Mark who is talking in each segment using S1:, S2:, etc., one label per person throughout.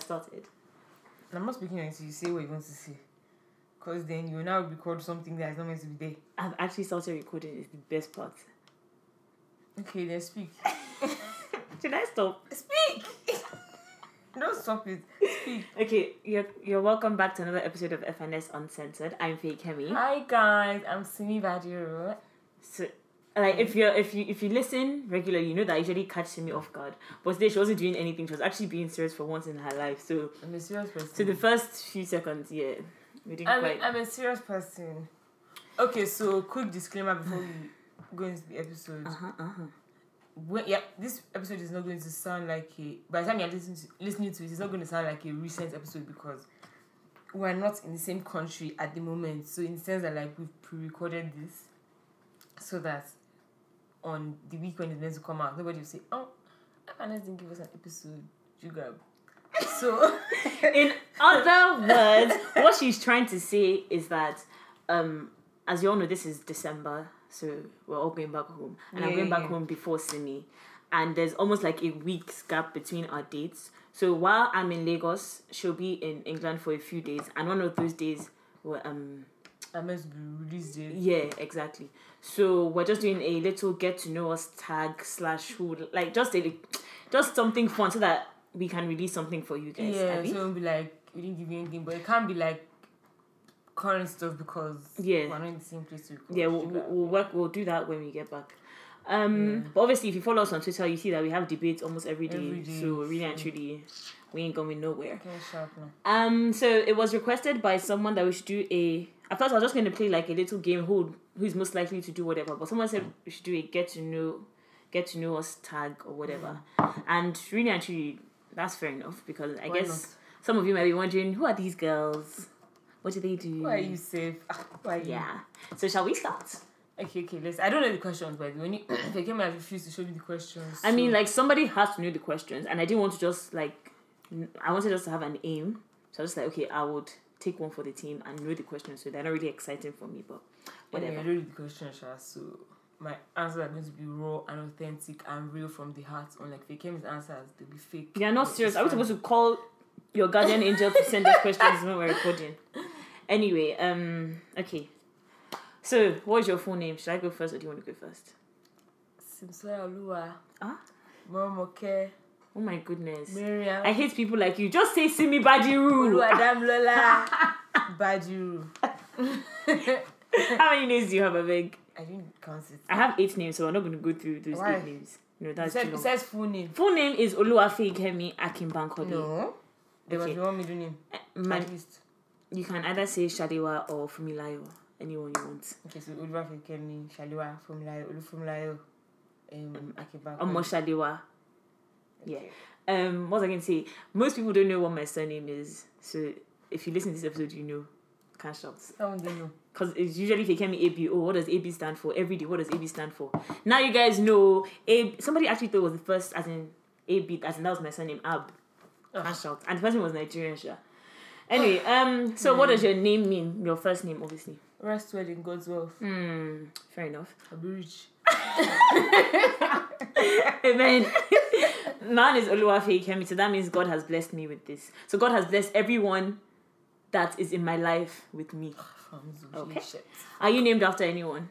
S1: started.
S2: And I'm not speaking until you say what you want to say. Because then you will now record something that is not meant to be there.
S1: I've actually started recording. It's the best part.
S2: Okay, then speak.
S1: Should I stop?
S2: Speak! Don't stop it. Speak.
S1: Okay, you're, you're welcome back to another episode of FNS Uncensored. I'm Faye Kemi.
S2: Hi guys, I'm Simi Badiro.
S1: So, like, if you are if you if you listen regularly, you know that I usually catches me off guard. But today she wasn't doing anything. She was actually being serious for once in her life. So,
S2: I'm a serious person.
S1: so the first few seconds, yeah, we didn't
S2: I'm,
S1: quite.
S2: a, I'm a serious person. Okay, so quick disclaimer before we go into the episode.
S1: uh-huh, uh-huh.
S2: When, yeah, this episode is not going to sound like a. By the time you're listening to, listening to it, it's not going to sound like a recent episode because we're not in the same country at the moment. So, in the sense that, like, we've pre recorded this so that on the week when it's meant to come out, nobody will say, Oh, Afanas didn't give us an episode, you grab. So,
S1: In other words, what she's trying to say is that, um, as you all know, this is December, so we're all going back home, and I'm
S2: Yeah,
S1: going
S2: yeah,
S1: back
S2: yeah.
S1: home before Simi, and there's almost like a week's gap between our dates. So while I'm in Lagos, she'll be in England for a few days, and one of those days, we're, um,
S2: I'm meant to be released there.
S1: yeah, exactly. So we're just doing a little get to know us tag slash who like just a, just something fun so that we can release something for you guys.
S2: yeah,
S1: Abby?
S2: so it'll be like we didn't give you anything, but it can't be like current stuff because
S1: Yeah.
S2: we're not in the same place to record.
S1: yeah we'll,
S2: You know?
S1: we'll we'll work we'll do that when we get back um but obviously if you follow us on twitter you see that we have debates almost every day,
S2: Every day,
S1: so really and
S2: so-
S1: truly we ain't going nowhere
S2: Okay, sharp now.
S1: um so it was requested by someone that we should do a i thought i was just going to play like a little game who who's most likely to do whatever but someone said we should do a get to know get to know us tag or whatever and really and truly that's fair enough because i
S2: Mm. Why
S1: guess some of you might be wondering who are these girls what do they do
S2: Why are you safe? Ah, Why are you?
S1: Mm. yeah so shall we start
S2: Okay, okay. Let's. I don't know the questions, but when you they came, I refused to show me the questions.
S1: I mean,
S2: so-
S1: like somebody has to know the questions, and I didn't want to just like, n- I wanted us to have an aim. So I was just like, okay, I would take one for the team and know the questions. So they're not really exciting for me, but whatever.
S2: Anyway, I don't read the questions, sha, so my answers are going to be raw and authentic and real from the heart. Unlike they came, answers they'll be fake.
S1: You're not
S2: But
S1: serious.
S2: it's
S1: Are we
S2: fine.
S1: supposed to call your guardian angel to send us questions when we're recording? Anyway, um, okay. So what is your full name? Should I go first, or do you want to go first?
S2: Simsola Olua,
S1: Ah,
S2: Momoke,
S1: oh my goodness.
S2: Miriam.
S1: I hate people like you. Just say Simi Badiru.
S2: Oluwadamlola Bajiru.
S1: How many names do you have, Aveg?
S2: I didn't count it.
S1: I have eight names, so we're not going to go through those
S2: Why?
S1: eight names. No,
S2: It
S1: that's
S2: says,
S1: too
S2: it
S1: long.
S2: says full name.
S1: Full name is Oluwafeyi Akinbankode.
S2: No. There
S1: Okay.
S2: must be one middle name.
S1: Uh, My,
S2: At least.
S1: you can either say Shadewa or Fumilayo, anyone you want.
S2: Okay, so Oluwafe Kemi, Shaliwa, Fumilayo, Olufumilayo, um, Akiba.
S1: Omo Shadewa. Yeah. Um, what was I going to say? Most people don't know what my surname is, so if you listen to this episode, you know. Can't shout.
S2: Someone they know.
S1: Because it's usually if you me AB, oh, what does AB stand for? Every day, what does AB stand for? Now you guys know, AB, somebody actually thought it was the first, as in AB, as in that was my surname, Ab.
S2: Ugh.
S1: Can't shout. And the person was Nigerian, sure. Anyway, um, so what does your name mean? Your first name, obviously.
S2: Rest well in God's wealth.
S1: Hmm, fair enough.
S2: I'll be rich.
S1: Amen. Man is Oluwafe Kemi, so that means God has blessed me with this. So God has blessed everyone that is in my life with me.
S2: From Zubi
S1: Okay.
S2: shit.
S1: Are you named after anyone?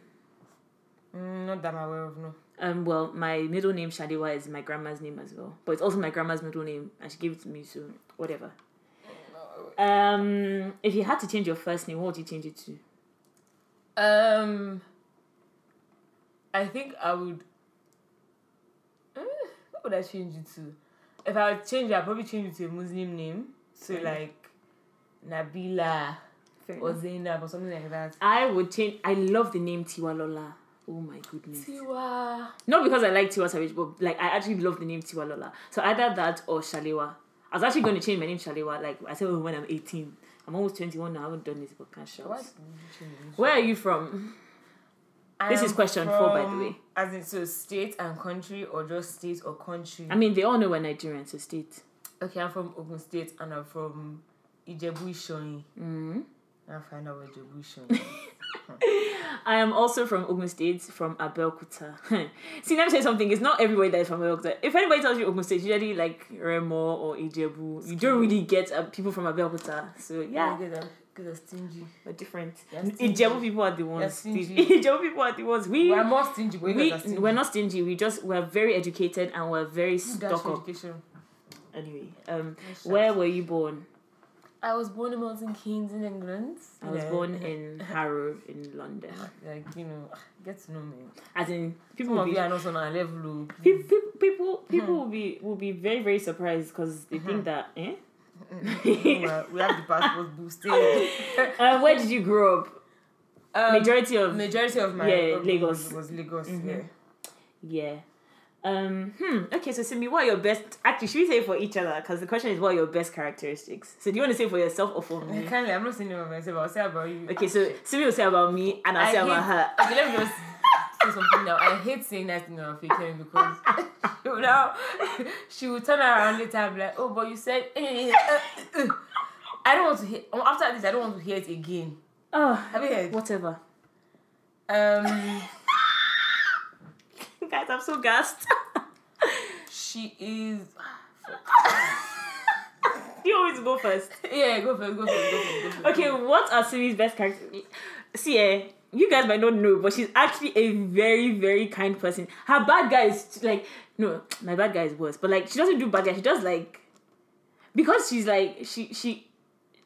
S2: Mm, not that I'm aware of, no.
S1: Um, well, my middle name Shadewa is my grandma's name as well, but it's also my grandma's middle name, and she gave it to me, so whatever. Um, if you had to change your first name, what would you change it to?
S2: Um, I think I would. Eh, what would I change it to? If I would change it, I'd probably change it to a Muslim name. So
S1: Fair
S2: like Nabila
S1: Fair
S2: or Zainab or something like that.
S1: I would change. I love the name Tiwalola. Oh my goodness.
S2: Tiwa.
S1: Not because I like Tiwa Savage, but like I actually love the name Tiwalola. So either that or Shalewa. I was actually going to change my name Shalewa. Like I said, oh, when I'm 18, I'm almost 21 now. I haven't done this, but can't shout.
S2: What? would you change it to?
S1: Where are you from?
S2: I
S1: This
S2: am
S1: is question four, by the
S2: from-
S1: way.
S2: As in, so state and country, or just state or country?
S1: I mean, they all know we're Nigerian, so state.
S2: okay, I'm from Ogun State, and I'm from Ijebu Ishoni.
S1: Mm.
S2: I'll find out where Ijebu Ishoni. is.
S1: I am also from Ogun State, from Abeokuta. See, let me say something. It's not everybody that is from Abeokuta. If anybody tells you Ogun State, usually like Remo or Ijebu, you don't really get uh, people from Abeokuta. So yeah,
S2: Because they're stingy.
S1: we're different.
S2: They're stingy.
S1: Ijebu people are the ones.
S2: stingy.
S1: Ijebu people are the ones. We
S2: We're more stingy. We're,
S1: we
S2: stingy.
S1: we're not stingy. We just we're very educated and we're very
S2: That's
S1: stuck
S2: for
S1: up.
S2: education.
S1: Anyway, um,
S2: That's
S1: where were you born?
S2: I was born in Milton Keynes in England.
S1: I was
S2: Yeah.
S1: born in Harrow in London.
S2: Like, you know, ah, get to know me.
S1: As in, people will
S2: Some of Hmm.
S1: be
S2: you are not on our level. oh, please.
S1: people people, people will be will be very very surprised because they
S2: Hmm.
S1: think that eh.
S2: "Oh, we have the passport boosted.
S1: Uh, where did you grow up?
S2: Um,
S1: Majority of
S2: majority of my
S1: Yeah,
S2: upbringing
S1: Lagos.
S2: was Lagos.
S1: Mhm.
S2: Yeah.
S1: yeah. Um. Hmm. Okay. So Simi, what are your best? Actually, should we say for each other? Because the question is, what are your best characteristics? So do you want to say for yourself or for me?
S2: Kindly, I'm not saying about myself. I'll say about you.
S1: Mm-hmm. Okay. So Simi will say about me, and I'll
S2: I
S1: say about
S2: hate-
S1: her.
S2: Okay, let me just say something now. I hate saying that thing on fake Karen because she will now she will turn around later and be like, oh, but you said. eh, eh, eh, eh." I don't want to hear. After this, I don't want to hear it again.
S1: Oh,
S2: Have you heard?
S1: whatever.
S2: Um,
S1: Guys, I'm so gassed.
S2: she is.
S1: you always go first.
S2: Yeah, go for it. Go for it. Go for it. Go for it.
S1: Okay, what are Simi's best characteristics? See, eh, you guys might not know, but she's actually a very, very kind person. Her bad guy is like, no, my bad guy is worse, but like, she doesn't do bad guy. She does like, because she's like, she, she,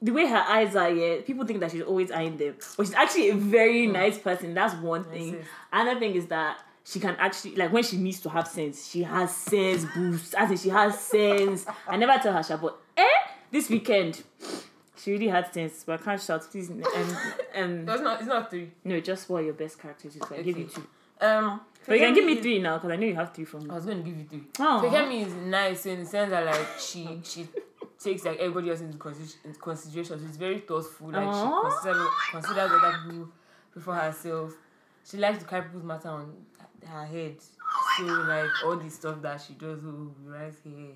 S1: the way her eyes are, yeah, people think that she's always eyeing them, but she's actually a very nice person. That's one thing.
S2: sis.
S1: Another thing is that she can actually like when she needs to have sense, she has sense boost. As in she has sense. I never tell her Sha, but eh, this weekend she really had sense. But I can't shout, please. Um,
S2: No,
S1: um,
S2: it's not. It's not three.
S1: no, just what are your best characters? I give you
S2: Okay.
S1: two,
S2: Um,
S1: but you can give me
S2: Fekemi is-
S1: three now because I know you have three from
S2: I
S1: me.
S2: was going to give you three.
S1: Aw.
S2: Fekemi is nice in the sense that like she she takes like everybody else into consider- into consideration. She's very thoughtful. Like
S1: Aw.
S2: she consider, considers other people before herself. She likes to carry people's matter on her head. So like all the stuff that she does, oh, we rise here,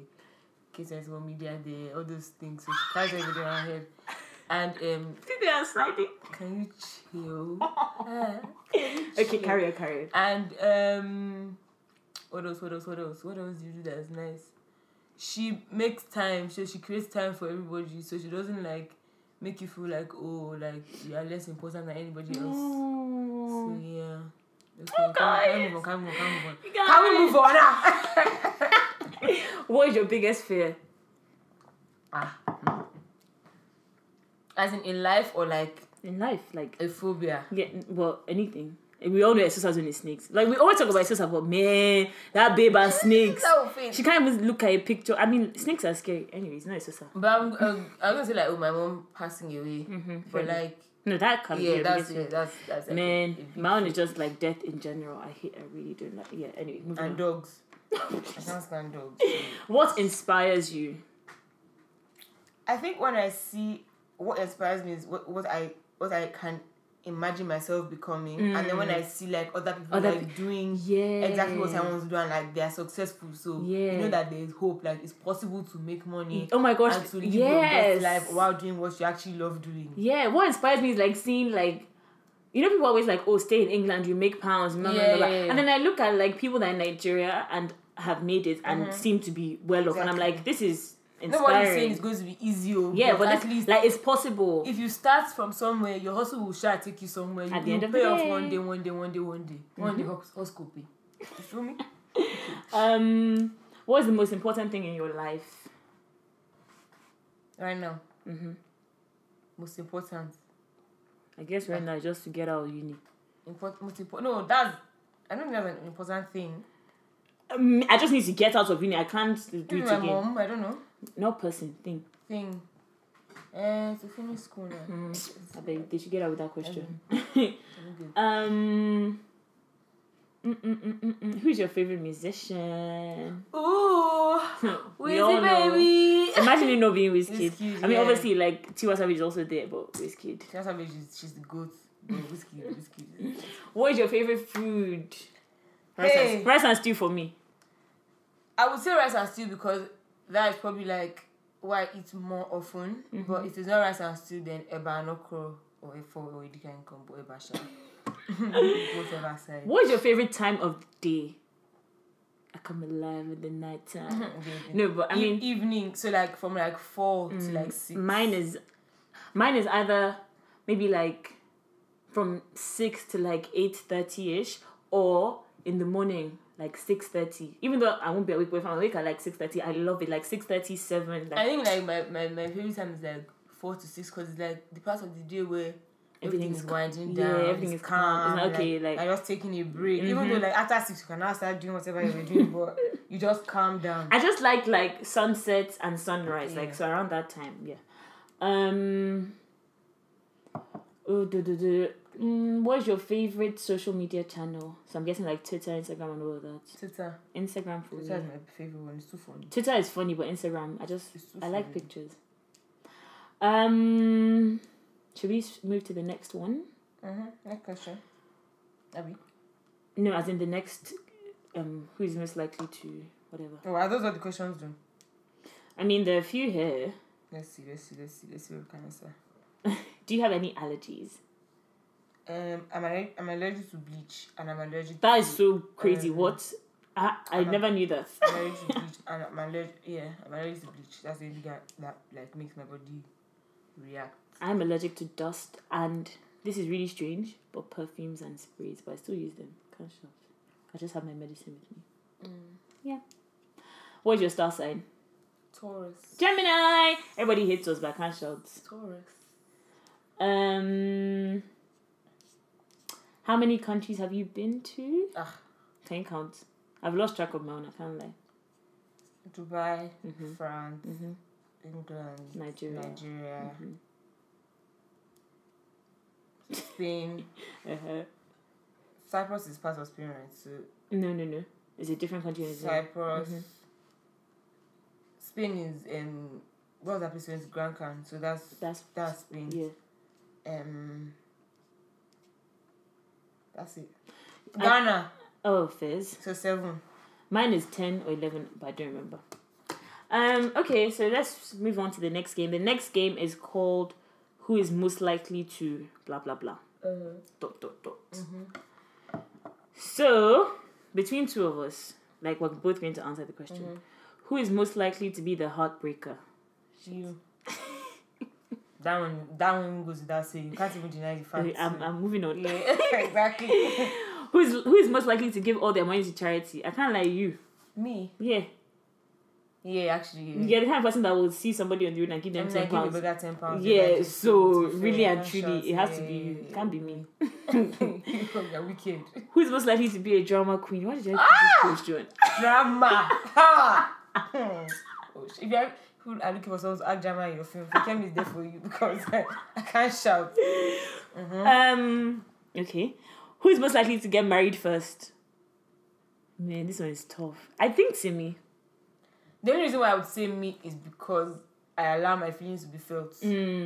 S2: kiss and social media there, all those things. So she carries everything on her head. And um,
S1: They are sliding.
S2: can you chill? Ah.
S1: Okay, carry on, carry on.
S2: And um, what else? What else? What else? What else do you do that's nice? She makes time, so she creates time for everybody, so she doesn't like make you feel like oh, like you are less important than anybody else. So
S1: Mm.
S2: yeah. Okay,
S1: Oh,
S2: can, we-
S1: guys.
S2: can we move on? Can we move on? Can we move on?
S1: You
S2: Can
S1: guys,
S2: we move on now?
S1: What is your biggest fear?
S2: ah. As in in life or like
S1: In life, like
S2: a phobia?
S1: Yeah, n- well, anything. And We all know Esosa's doing snakes. Like we always talk about Esosa, but man, that babe and snakes.
S2: So fit.
S1: She can't even look at a picture. I mean, snakes are scary. Anyways, not Esosa.
S2: But I'm, I'm, I'm gonna say like oh my mom passing away, Mm-hmm. but
S1: fair
S2: like
S1: No, that can't
S2: yeah,
S1: be.
S2: that's
S1: That's
S2: it. That's that's like,
S1: Man,
S2: a- a big
S1: my own is just like death in general. I hate. I really don't like. Yeah. Anyway, moving
S2: and
S1: on.
S2: dogs. I can't stand dogs.
S1: What inspires you?
S2: I think when I see what inspires me is what, what I what I can imagine myself becoming, and then when I see like other people
S1: Mm. Other
S2: like doing
S1: Yeah.
S2: exactly what I want to do, and like they are successful, so you
S1: Yeah.
S2: know that there is hope. Like it's possible to make money
S1: Oh my gosh.
S2: and to live your
S1: Yes.
S2: best life while doing what you actually love doing.
S1: Yeah, what inspires me is like seeing like you know people always like oh stay in England you make pounds blah, blah,
S2: Yeah,
S1: blah, blah.
S2: yeah, yeah.
S1: and then I look at like people that are in Nigeria and have made it and seem to be well off and I'm
S2: Mm-hmm. Exactly.
S1: like this is
S2: Nobody's saying
S1: inspiring.
S2: it's going to be easy, oh,
S1: Yeah, but
S2: at
S1: that's,
S2: least
S1: like it's possible.
S2: if you start from somewhere, your hustle will sure take you somewhere. You
S1: At the
S2: will
S1: end of the
S2: pay off
S1: day. Mm-hmm.
S2: one day, one day, one day, one day, one day. hus- Hustle will pay. You feel me?
S1: um, what is the most important thing in your life?
S2: Right now,
S1: hmm
S2: most important.
S1: I guess
S2: Uh.
S1: right now is just to get out of uni.
S2: Import, most important. No, that's. I don't think that's an important thing.
S1: Um, I just need to get out of uni. I can't do it
S2: Maybe my
S1: again.
S2: mom. I don't know.
S1: No person thing.
S2: Thing. Uh, to finish school now.
S1: Mm. I beg they should get out with that question.
S2: Okay.
S1: Um, mm, mm, mm, mm, mm. who's your favorite musician?
S2: Ooh,
S1: We
S2: Wheezy
S1: all know.
S2: baby.
S1: Imagine it not being Wizkid.
S2: Wizkid,
S1: I mean,
S2: yeah.
S1: obviously, like Tiwa Savage is also there, but Wizkid.
S2: She has a baby, she's, she's the goat. Yeah, whiskey, whiskey.
S1: What is your favorite food? Rice,
S2: Hey.
S1: and, rice and stew for me.
S2: I would say rice and stew because that is
S1: Mm-hmm.
S2: probably like what I eat more often. But if it's not rice and stew, then eba and okra or or a four or a decline combo, a basha. Whatever side.
S1: What is your favorite time of day? I come alive in the night time.
S2: Okay.
S1: no, but I
S2: E-
S1: mean, Mm,
S2: evening. So like from like four to like six.
S1: mine is, mine is either maybe like from six to like eight thirty ish, or in the morning like six thirty. Even though I won't be awake, but if I'm awake at like six thirty, I love it. Like six thirty seven.
S2: I
S1: Like
S2: think like my, my, my favorite time is like four to six because it's like the part of the day where everything
S1: Everything's
S2: is
S1: ca-
S2: winding
S1: yeah,
S2: down.
S1: everything is
S2: it's
S1: calm. It's like, okay, like- Mm-hmm.
S2: I'm just taking a break. Even though like after six you can now start doing whatever you were doing, but you just calm down.
S1: I just like like sunsets and sunrise.
S2: Yeah.
S1: Like so around that time. Yeah. Um. Oh, do, do, do. Mm, what is your favorite social media channel? So I'm guessing like Twitter, Instagram, and all of that.
S2: Twitter.
S1: Instagram for
S2: Twitter
S1: me.
S2: is my favorite one. It's too funny.
S1: Twitter is funny, but Instagram, I just
S2: It's too
S1: I like
S2: funny.
S1: pictures. Um, should we s- move to the next one?
S2: Mm-hmm. Next question. Abby.
S1: No, as in the next. Um, who is most likely to whatever?
S2: Oh, are those what the questions do?
S1: I mean, there are a few here.
S2: Let's see, let's see, let's see, let's see what we can answer.
S1: Do you have any allergies?
S2: Um, I'm allergic, I'm allergic to bleach and I'm allergic
S1: That
S2: to,
S1: is so crazy.
S2: Um,
S1: what? I I
S2: I'm a-
S1: never knew that.
S2: I'm allergic to bleach and I'm allergic yeah, I'm allergic to bleach. That's the only thing that, that like makes my body react.
S1: I'm allergic to dust, and this is really strange, but perfumes and sprays, but I still use them. Can't shop. I just have my medicine with me. Mm. Yeah. What is your star sign?
S2: Taurus.
S1: Gemini. Everybody hates us, but I can't shout.
S2: Taurus.
S1: Um, how many countries have you been to?
S2: Ah.
S1: Can you count? I've lost track of my own. I can't lie.
S2: Dubai,
S1: Mhm.
S2: France,
S1: Mm-hmm.
S2: England,
S1: Nigeria.
S2: Nigeria,
S1: Mhm.
S2: Spain.
S1: Uh-huh.
S2: Cyprus is part of Spain, right? So
S1: No, no, no. It's a different country. isn't it?
S2: Cyprus.
S1: Mhm.
S2: Spain is um what was that place? It's Gran Can, so that's
S1: That's
S2: that's Spain.
S1: yeah.
S2: Um, that's it.
S1: I-
S2: Ghana,
S1: Oh, Fizz.
S2: so seven.
S1: Mine is ten or eleven, but I don't remember. Um. Okay, so let's move on to the next game. The next game is called "Who is most likely to blah blah blah." dot dot dot. Mm-hmm. So between two of us, like we're both going to answer the question. Who is most likely to be the heartbreaker?
S2: You. that one, that one goes without saying. You can't even deny the fact.
S1: Okay, I'm,
S2: so-
S1: I'm moving on.
S2: yeah, exactly.
S1: Who is who is most likely to give all their money to charity? I can't lie, you.
S2: Me,
S1: Yeah,
S2: yeah, actually, yeah.
S1: you're the kind of person that will see somebody on the road and give them
S2: I'm
S1: ten
S2: like, Mm. give me
S1: pounds.
S2: bigger ten pounds.
S1: Yeah,
S2: like, just
S1: so
S2: to
S1: really
S2: fair,
S1: and
S2: no
S1: truly,
S2: shots,
S1: it has to
S2: yeah,
S1: be you.
S2: yeah,
S1: It can't be me.
S2: yeah. You're wicked.
S1: Who is most likely to be a drama queen? Why did I do this question?
S2: Drama. Ha! Hmm. Oh, sh- if you are, who are looking for someone to act drama in your film, Fikem is there for you because I can't shout.
S1: Um. Okay. Who is most likely to get married first? Man, this one is tough. I think Timmy.
S2: The only reason why I would say me is because I allow my feelings to be felt.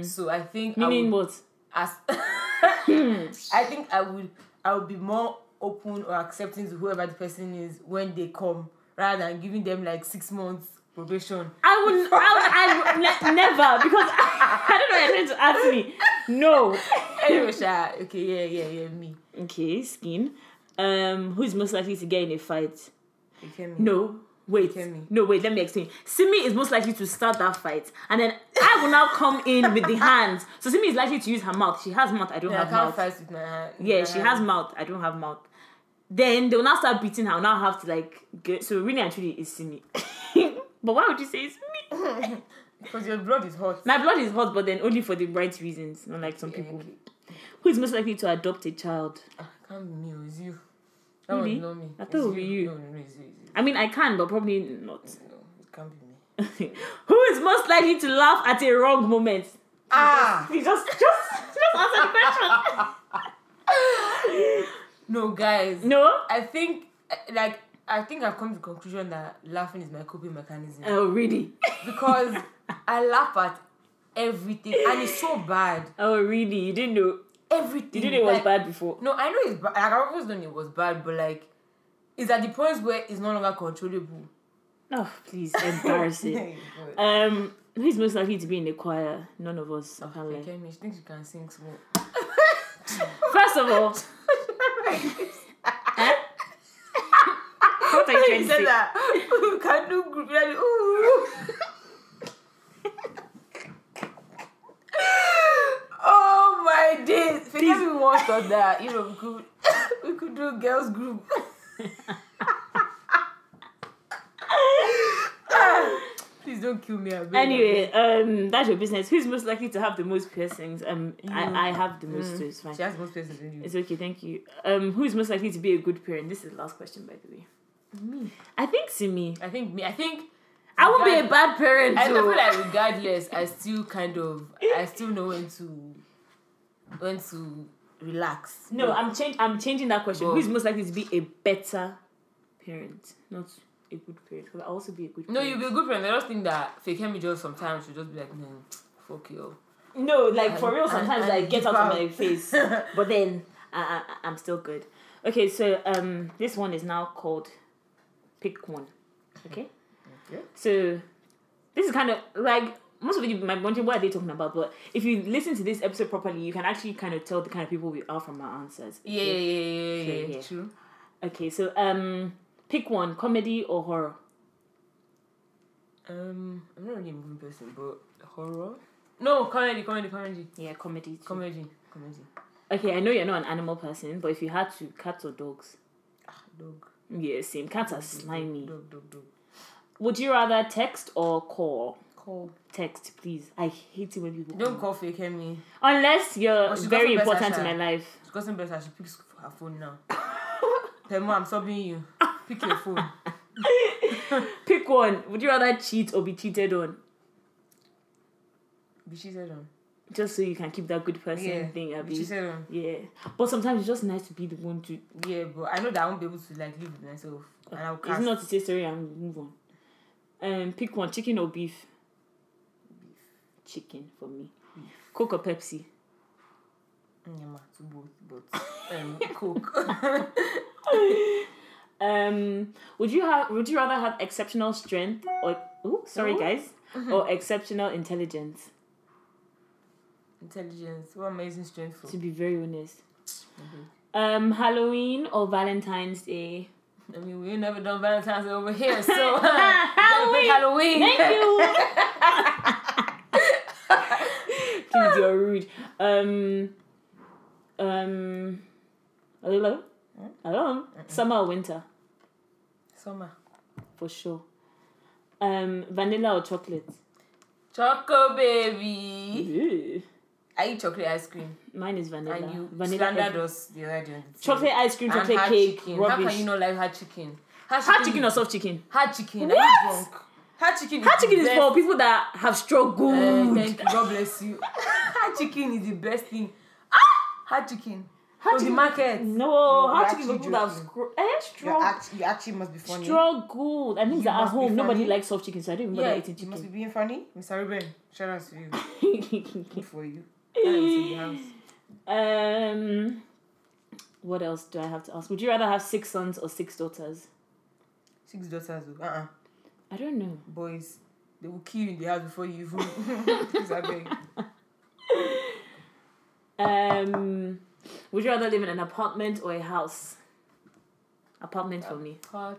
S2: So I think I
S1: Mm. Meaning
S2: would,
S1: what? Hmm.
S2: as I think I would I would be more open or accepting to whoever the person is when they come rather than giving them like six months probation.
S1: I would, I would, I would ne- never because I, don't know. You're trying to ask me. No.
S2: Anyway, Sha, okay, yeah, yeah, yeah, me.
S1: Okay, skin. Um, who is most likely to get in a fight?
S2: You get me?
S1: No. Wait.
S2: Tell me.
S1: No, wait. Let me explain. Simi is most likely to start that fight, and then I will now come in with the hands. So Simi is likely to use her mouth. She has mouth. I don't
S2: I
S1: have
S2: can't
S1: mouth.
S2: fight with my hand. with
S1: Yeah,
S2: my
S1: she
S2: hand.
S1: has mouth. I don't have mouth. Then they will now start beating her. I'll now have to like get. So really and truly, it's Simi. but why would you say it's me?
S2: because your blood is hot.
S1: My blood is hot, but then only for the right reasons, not like some
S2: Yeah,
S1: people.
S2: okay.
S1: Who is most likely to adopt a child?
S2: Ah, can't be me, it's you. That
S1: Really?
S2: one's not me.
S1: I thought
S2: It's
S1: it would be you.
S2: No, no, no, it's you. It's you.
S1: I mean, I can, but probably not.
S2: No, it can't be me.
S1: Who is most likely to laugh at a wrong moment?
S2: Ah!
S1: You just, just, just answer the question.
S2: No, guys.
S1: no.
S2: I think, uh, like, I think I've come to the conclusion that laughing is my coping mechanism
S1: Oh really?
S2: because I laugh at everything and it's so bad.
S1: Oh really? You didn't know?
S2: Everything.
S1: You didn't know it was
S2: like-
S1: bad before?
S2: No, I know it's bad. Like, I've always known it was bad, but like, it's at the points where it's no longer controllable.
S1: Oh please, embarrassing.
S2: God.
S1: Um, who's most likely to be in the choir? None of us. I can't lie.
S2: Okay, me, she thinks you can sing small.
S1: First of all, eh? what are you trying
S2: He
S1: to
S2: said
S1: say?
S2: that. "Ooh, Can do group. Can do, ooh. oh my days! If
S1: Please.
S2: we once thought that, you know, we could we could do girls group. Please don't kill me. I beg.
S1: Anyway, um, that's your business. Who's most likely to have the most piercings? Um, I, I have the most too. It's fine.
S2: she has most places in you.
S1: It's okay, thank you. Um, who's most likely to be a good parent? This is the last question, by the way.
S2: Me.
S1: I think to me,
S2: I think me. I think
S1: I won't be a
S2: Guys-
S1: bad parent.
S2: I, I feel
S1: though.
S2: like regardless, I still kind of I still know when to when to relax.
S1: no, I'm change. I'm changing that question.
S2: Go.
S1: Who's most likely to be a better parent, not a good parent? Because I also be a good.
S2: No,
S1: parent.
S2: you'll be a good friend. I just think that fake Hemi just sometimes should just be like, man, fuck you.
S1: No, like for
S2: And-
S1: real.
S2: and-
S1: Sometimes
S2: and
S1: like get out of
S2: deep
S1: my face, but then I, I, I'm still good. Okay, so um, this one is now called pick one. Okay.
S2: Okay.
S1: So this is kind of like most of you might be wondering what are they talking about, but if you listen to this episode properly, you can actually kind of tell the kind of people we are from our answers.
S2: Yeah, yeah,
S1: Okay?
S2: yeah, yeah, yeah,
S1: Yeah, yeah.
S2: True.
S1: Okay. So um, pick one: comedy or horror.
S2: Um, I'm not really a movie person, but horror. No, comedy, comedy, comedy,
S1: Yeah, comedy. too.
S2: comedy, comedy.
S1: okay, I know you're not an animal person, but if you had to, cats or dogs?
S2: Ah, dog,
S1: Yeah, same. Cats are slimy.
S2: dog, dog, dog.
S1: Would you rather text or call?
S2: Call.
S1: Text, please. I hate it when people
S2: Don't call fake Hemi.
S1: Unless you're
S2: But she got
S1: very
S2: some best
S1: important in my
S2: Asha.
S1: life.
S2: She's got some better. She picks her phone now. Tell mom, I'm subbing you. Pick your phone.
S1: Pick one. Would you rather cheat or be cheated on?
S2: Be she said on.
S1: Just so you can keep that good person
S2: Yeah.
S1: thing,
S2: Be she
S1: Abby.
S2: said on.
S1: Yeah. But sometimes it's just nice to be the one to.
S2: Yeah, but I know that I won't be able to like live with myself, and I'll
S1: It's
S2: cast
S1: not to say sorry and move on. Um, pick one. Chicken or beef? Chicken for me. Coke or Pepsi?
S2: Nyama to both, but um, cook.
S1: Um, would you have? Would you rather have exceptional strength or? Oh, sorry,
S2: Ooh. Mm-hmm.
S1: guys. Or exceptional intelligence?
S2: Intelligence. What amazing strength for?
S1: To be very honest.
S2: Mm-hmm.
S1: Um, Halloween or Valentine's Day?
S2: I mean, we ain't never done Valentine's Day over here, so uh, you gotta pick Halloween.
S1: Thank you. Please, you're rude. Um, um, hello,
S2: Hmm?
S1: hello. Summer or winter,
S2: Summer.
S1: for sure. Um, vanilla or chocolate?
S2: Choco baby.
S1: Ew.
S2: I eat chocolate ice cream,
S1: Mine is vanilla.
S2: and you
S1: vanilla.
S2: slandered
S1: every-
S2: us the other day. on the
S1: Chocolate
S2: TV.
S1: ice cream,
S2: And
S1: chocolate
S2: hard
S1: cake,
S2: Chicken.
S1: rubbish.
S2: How can you not like hard chicken? Hard
S1: Hard chicken or soft chicken?
S2: Hard chicken. Are
S1: What?
S2: you drunk? Hard chicken. Is
S1: Hard chicken
S2: the
S1: is
S2: best.
S1: for people that have struggled.
S2: Uh, thank you. God bless you. hard chicken is the best thing. Ah, hard chicken.
S1: Hard
S2: From the
S1: chicken-
S2: market.
S1: No,
S2: You're
S1: hard chicken is for
S2: actually
S1: people that have scr- eh, struggled.
S2: you actually must be
S1: Struggled. I think
S2: You
S1: that at
S2: must be
S1: home nobody
S2: funny.
S1: likes soft chicken, so I don't remember
S2: Yeah,
S1: eating
S2: you must be
S1: chicken.
S2: being funny. Mr. Ruben, shout out to you. Good for you.
S1: um, what else do I have to ask? Would you rather have six sons or six daughters?
S2: Six daughters, uh uh
S1: I don't know.
S2: Boys, they will kill you in the house before you even. Please, I beg.
S1: Um, would you rather live in an apartment or a house? Apartment for me.
S2: Hot.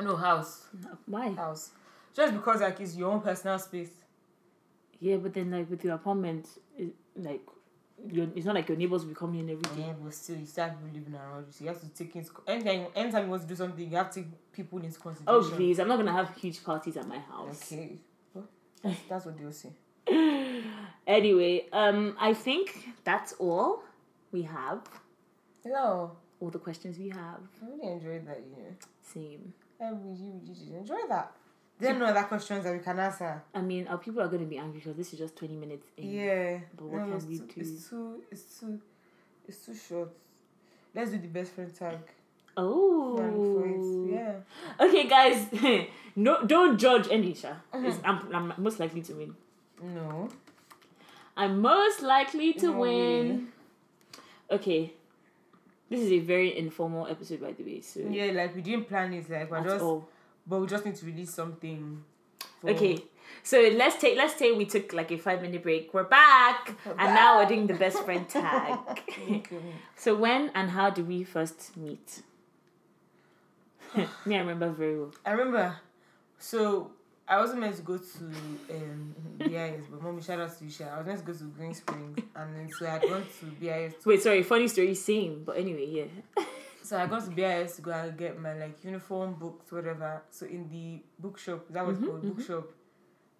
S2: No, house.
S1: Why?
S2: House. Just because, like, it's your own personal space.
S1: Yeah, but then like with your apartment, it, like, your, it's not like your neighbors will be coming in every day.
S2: Yeah, but still, you start living around you. So you have to take into. Anytime, anytime you want to do something, you have to take people into consideration.
S1: Oh please! I'm not gonna have huge parties at my house.
S2: Okay. Well, That's, that's what they will say.
S1: Anyway, um, I think that's all we have.
S2: Hello.
S1: All the questions we have.
S2: I really enjoyed that, you know.
S1: Same.
S2: I really, really did enjoy that. There are no other questions that we can answer.
S1: I mean, our people are going to be angry because this is just 20 minutes in.
S2: Yeah.
S1: But what
S2: it's
S1: can we
S2: too,
S1: do?
S2: It's too, it's too, it's too short. Let's do the best friend tag.
S1: Oh.
S2: And for it, Yeah. Uh-huh.
S1: Okay, guys. no, don't judge Anisha. It's- I'm, I'm most likely to win.
S2: No.
S1: I'm most likely to
S2: No
S1: win. Okay. This is a very informal episode, by the way. So,
S2: Yeah, like we didn't plan it. Like we're
S1: at
S2: just,
S1: all.
S2: but we just need to release something. for
S1: Okay. So let's take let's say we took like a five minute break. We're back, and now we're doing the best friend tag.
S2: Okay.
S1: so when and how did we first meet? Me, I remember very well.
S2: I remember. So I wasn't meant to go to um, BIS, but mommy shout out to you. Sha. I was meant to go to Green Springs, and then so I had gone to BIS.
S1: Wait, sorry, funny story, same. But anyway, yeah.
S2: So I got to BIS to go and get my like uniform, books, whatever. So in the bookshop, that
S1: Mm-hmm,
S2: was called bookshop.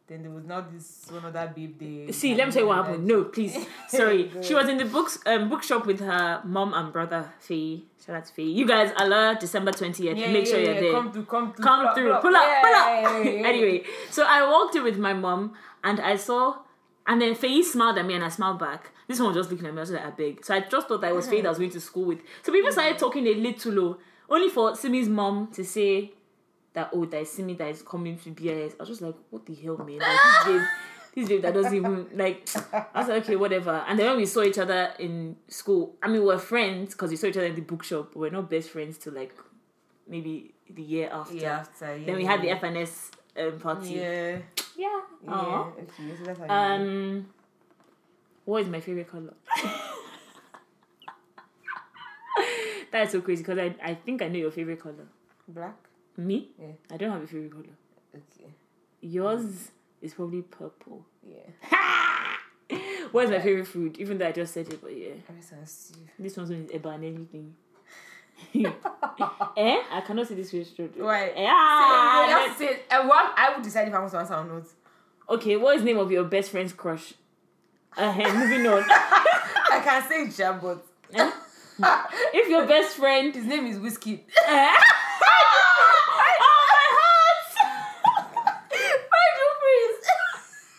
S2: Then there was not this one other babe there.
S1: See, let me tell you what happened. No, please. Sorry.
S2: Go
S1: she was in the books um, bookshop with her mom and brother, Faye. Shout out to Faye. You guys, Allah, December 20th.
S2: Yeah,
S1: Make
S2: yeah,
S1: sure
S2: yeah,
S1: you're there.
S2: Come through, come through,
S1: Come through. Pull up, pull up.
S2: Yeah, yeah, yeah.
S1: anyway, so I walked in with my mom and I saw, and then Faye smiled at me and I smiled back. This one was just looking at me. I was like, I beg. So I just thought that it was Faye that I was going to school with. So people started talking a little low, only for Simi's mom to say that, oh, that is Simi that is coming to BIS. I was just like, what the hell, man? Like, this babe. This babe that doesn't even like. I was like, okay, whatever. And then when we saw each other in school, I mean, we were friends because we saw each other in the bookshop. but We we're not best friends till like maybe the year after.
S2: Yeah, after. Yeah,
S1: Then we had the FNS um, party.
S2: Yeah.
S1: Yeah.
S2: Yeah.
S1: Aw.
S2: Okay, so that's how you know.
S1: Um, what is my favorite color? That's so crazy because I, I think I know your favorite color.
S2: Black?
S1: Me?
S2: Yeah.
S1: I don't have a favorite color.
S2: Okay.
S1: Yours is probably purple.
S2: Yeah.
S1: What is my favorite food? Even though I just said it, but yeah.
S2: I'm just gonna see.
S1: This one's is Eba and everything. eh? I cannot see this restaurant.
S2: Right.
S1: Eh,
S2: Ah,
S1: ah,
S2: that's it. And what I would decide if I want to answer or not.
S1: Okay, what is the name of your best friend's crush? Uh, moving on. Eh?
S2: I can say it, yeah, but
S1: if your best friend.
S2: his name is Whiskey.
S1: Eh? oh my heart!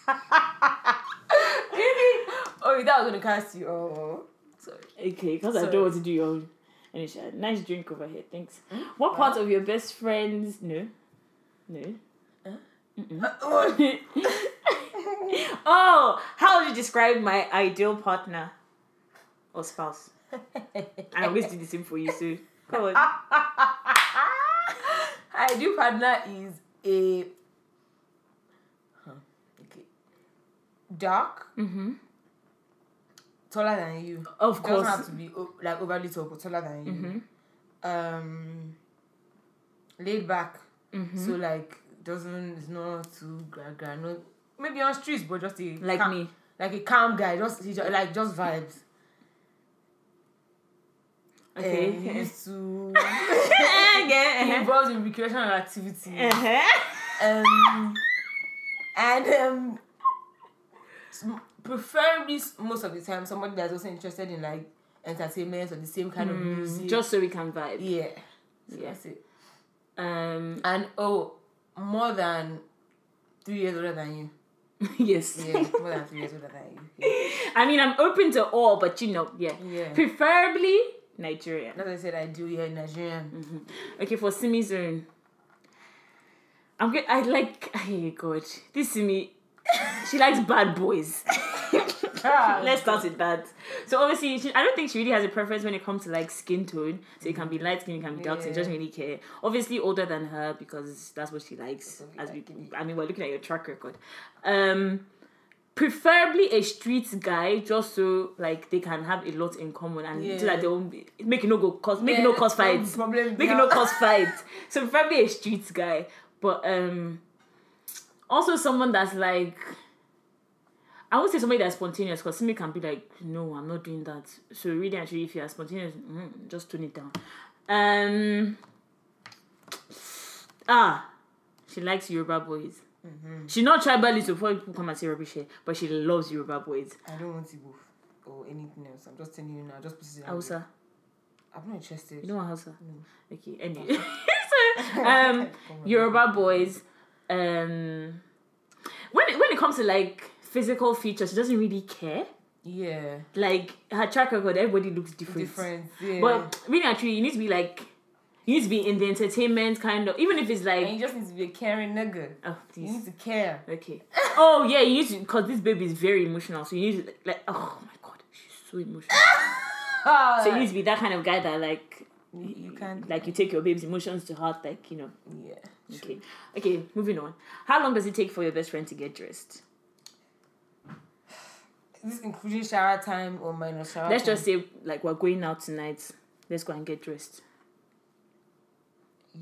S2: really? Oh, that was gonna cast you. Oh, sorry.
S1: Okay, because I
S2: Sorry.
S1: don't want to do your own. Anisha, nice drink over here, thanks. What part of your best friend's. No. No. Uh?
S2: Oh,
S1: oh, how would you describe my ideal partner or spouse? I always do the same for you, so come on.
S2: I do partner is a huh, okay. dark,
S1: Mm-hmm.
S2: taller than you.
S1: Of
S2: Doesn't
S1: course.
S2: have to be o- like overly tall, but taller than you.
S1: Mhm.
S2: Um, laid back.
S1: Mhm.
S2: So like doesn't is not too gra gra no maybe on streets but just a
S1: Like
S2: calm,
S1: me.
S2: like a calm guy just he just, like just vibes.
S1: Okay.
S2: Um, he used to he
S1: yeah.
S2: involved in recreational activities.
S1: Uh-huh.
S2: Um, and um, sm- preferably s- most of the time somebody that's also interested in like entertainment or the same kind of music.
S1: Hmm, Just so we can vibe.
S2: yeah, so
S1: Yeah.
S2: that's it.
S1: Um.
S2: And oh, more than three years older than you.
S1: Yes.
S2: Yeah, more than three years older than you.
S1: I mean, I'm open to all, but you know, yeah.
S2: Yeah.
S1: Preferably Nigerian.
S2: As I said, I do. Yeah, Nigerian.
S1: Okay, for Simi Zone. I'm good. I like. Oh God, this Simi. She likes bad boys. Hmm. Ah, Let's start with that. So obviously, she, I don't think she really has a preference when it comes to like skin tone. So you can be light skin, you can be dark skin.
S2: Yeah.
S1: She doesn't really care. Obviously, older than her because that's what she likes.
S2: what we
S1: As we,
S2: like, innit?
S1: I mean, we're looking at your track record. Um, preferably a street guy, just so like they can have a lot in common and so
S2: Yeah.
S1: that they won't be, make it no go cause make it no cause fights.
S2: Problem.
S1: Make it
S2: yeah.
S1: no cause fight. So probably a street guy, but um, also someone that's like, I would say somebody that's spontaneous because somebody can be like, no, I'm not doing that. So really, actually, if you are spontaneous, mm, just tone it down. Um, ah, she likes Yoruba boys. She's not tribalist before people come and say rubbish here, but she loves Yoruba boys.
S2: I don't want Igbo or anything else. I'm just telling you now. Just put it out there.
S1: Hausa,
S2: I'm not interested.
S1: you know what Hausa? Okay, anyway. so,
S2: Come
S1: um,
S2: on.
S1: Yoruba boys, um, when it, when it comes to like physical features, she doesn't really care.
S2: Yeah.
S1: Like her track record, everybody looks different.
S2: Different. Yeah.
S1: But really, actually, you need to be like, you need to be in the entertainment kind of, even if it's
S2: and
S1: like,
S2: you just need to be a caring nigga.
S1: oh,
S2: You
S1: please.
S2: need to care.
S1: Okay. Oh yeah, you need to because this baby is very emotional, so you need to like, oh my god, she's so emotional.
S2: Ah,
S1: so you need to be that kind of guy that like
S2: You, you can't.
S1: like you take your babe's emotions to heart like you know
S2: Yeah.
S1: okay okay moving on how long does it take for your best friend to get dressed
S2: Is this including shower time or minus shower
S1: let's
S2: time?
S1: just say like we're going out tonight let's go and get dressed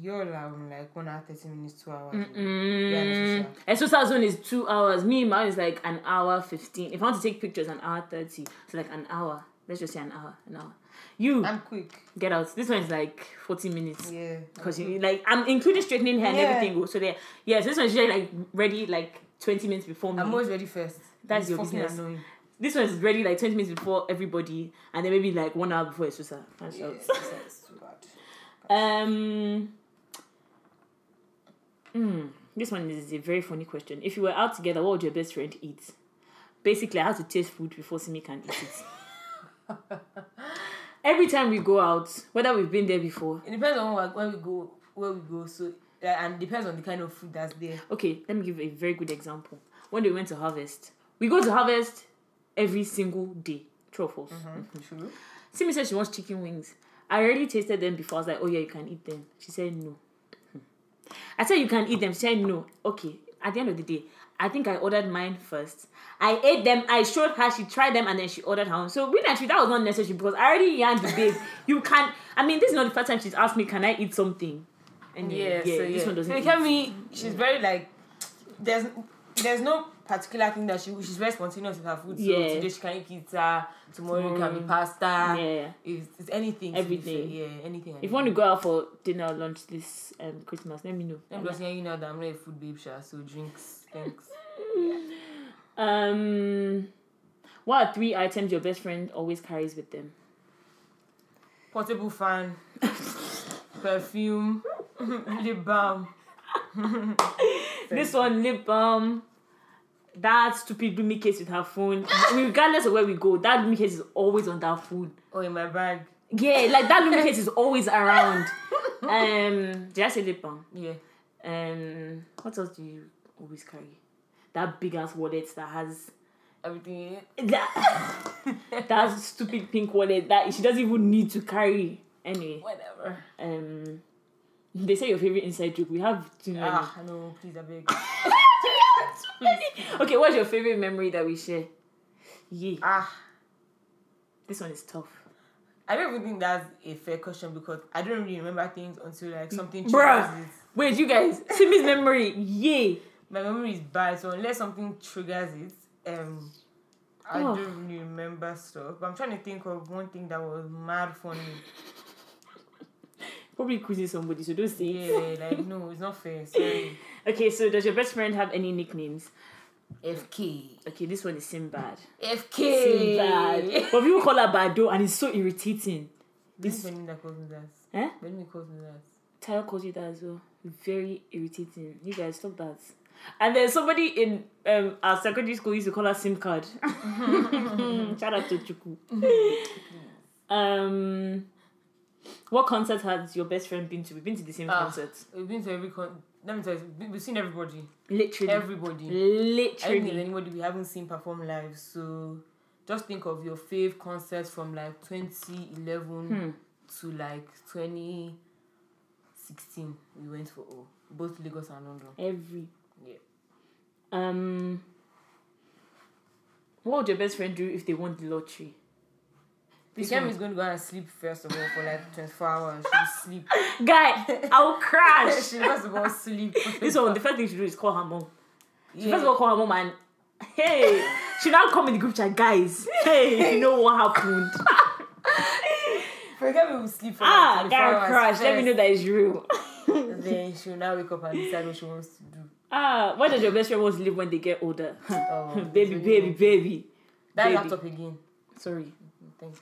S2: You're allowing like one hour, 30 minutes, two hours.
S1: Mm. And social zone is two hours. Me, mine is like an hour fifteen. If I want to take pictures, an hour thirty. So like an hour. Let's just say an hour. An hour. You
S2: I'm quick.
S1: get out. This one is like forty minutes.
S2: Yeah.
S1: Because you like I'm including straightening hair and
S2: Yeah.
S1: everything. oh, So there. Yeah. So this one's usually like ready like twenty minutes before me.
S2: I'm always ready first.
S1: That's
S2: It's
S1: your
S2: fucking
S1: business.
S2: Annoying.
S1: This one's ready like twenty minutes before everybody, and then maybe like one hour before Esusa.
S2: Yeah,
S1: Yeah.
S2: it's too bad.
S1: Um. mm, this one is a very funny question. If you were out together, what would your best friend eat? Basically, I have to taste food before Simi can eat it. Every time we go out, whether we've been there before.
S2: It depends on where, where we go. Where we go. So uh, and depends on the kind of food that's there.
S1: Okay, let me give a very good example. When we went to harvest, we go to harvest every single day. True or false?
S2: True.
S1: Simi said she wants chicken wings. I already tasted them before. I was like, oh yeah, you can eat them. She said no. Hmm. I said you can eat them. She said no. Okay. At the end of the day, I think I ordered mine first. I ate them. I showed her. She tried them, and then she ordered her own. So really, actually, that was not necessary because I already yarned the babe. you can. I mean, this is not the first time she's asked me, can I eat something? And
S2: Yeah. so, yeah.
S1: this one
S2: So
S1: doesn't.
S2: it can
S1: eat.
S2: be. She's very like. There's there's no particular thing that she she's very spontaneous with her food. So
S1: Yeah.
S2: today she can eat pizza. Tomorrow it can be
S1: Tomorrow.
S2: pasta.
S1: Yeah.
S2: It's, it's anything. to be fair.
S1: Everything.
S2: Yeah. Anything.
S1: If you want to go out for dinner or lunch this um, Christmas, let me know.
S2: I'm just saying you know that I'm not a food babe, sha, so drinks, thanks.
S1: Um, what are three items your best friend always carries with them?
S2: Portable fan, perfume, lip balm.
S1: This one, lip balm. That stupid Lumi case with her phone. Regardless of where we go, that Lumi case is always on that phone.
S2: Oh, in my bag.
S1: Yeah, like that Lumi case is always around. Um, did I say lip balm?
S2: Yeah.
S1: Um, what else do you always carry? That big ass wallet that has
S2: Everything in it.
S1: that, that stupid pink wallet that she doesn't even need to carry. Anyway,
S2: Whatever.
S1: um, they say your favorite inside joke. We have too many.
S2: Ah, no, please, I beg.
S1: okay, what's your favorite memory that we share? Yeah,
S2: Ah,
S1: this one is tough.
S2: I don't even think that's a fair question because I don't really remember things until like something triggers
S1: Bruh.
S2: it.
S1: Wait, you guys, Simi's memory, yay.
S2: My memory is bad, so unless something triggers it, um, I
S1: Oh.
S2: don't really remember stuff. But I'm trying to think of one thing that was mad funny.
S1: Probably quizzing somebody, so don't say it.
S2: Yeah, like no, it's not fair. Sorry.
S1: Okay, so does your best friend have any nicknames?
S2: FK.
S1: Okay, this one is Simbad.
S2: FK.
S1: Simbad. But people call her Bado and it's so irritating.
S2: This is Belinda calls me that.
S1: Eh?
S2: Belinda calls me that.
S1: Tyler calls you that as well. Very irritating. You guys, stop that. And then somebody in um, our secondary school used to call her SIM card. Shout out to Chuku. um, what concert has your best friend been to? We've been to the same
S2: Ah.
S1: concert.
S2: We've been to every con. Let me tell you, we- we've seen everybody.
S1: Literally.
S2: Everybody. I don't think there's
S1: Literally.
S2: anybody we haven't seen perform live. So just think of your fave concerts from like
S1: Hmm.
S2: 2011 to like 2016. We went for all, both Lagos and London.
S1: Every.
S2: Yeah.
S1: Um, what would your best friend do if they won the lottery?
S2: The
S1: This
S2: game
S1: one. Ah,
S2: is going to go and sleep first of all for like 24 hours. She'll sleep.
S1: Guy, I'll crash.
S2: She'll first of all sleep.
S1: this one, the first thing she do is call her mom. She
S2: Yeah.
S1: First of all, call her mom and hey, she now come in the group chat, guys. Hey, you know what happened?
S2: For the game, we will sleep for
S1: ah,
S2: like 24
S1: guy
S2: hours.
S1: crash. Let me know
S2: first.
S1: that it's real.
S2: Then she'll now wake up and decide what she wants to do.
S1: ah, why does your best friend wants to live when they get older?
S2: Oh,
S1: baby, baby, baby.
S2: That
S1: baby.
S2: laptop again.
S1: Sorry.
S2: Thank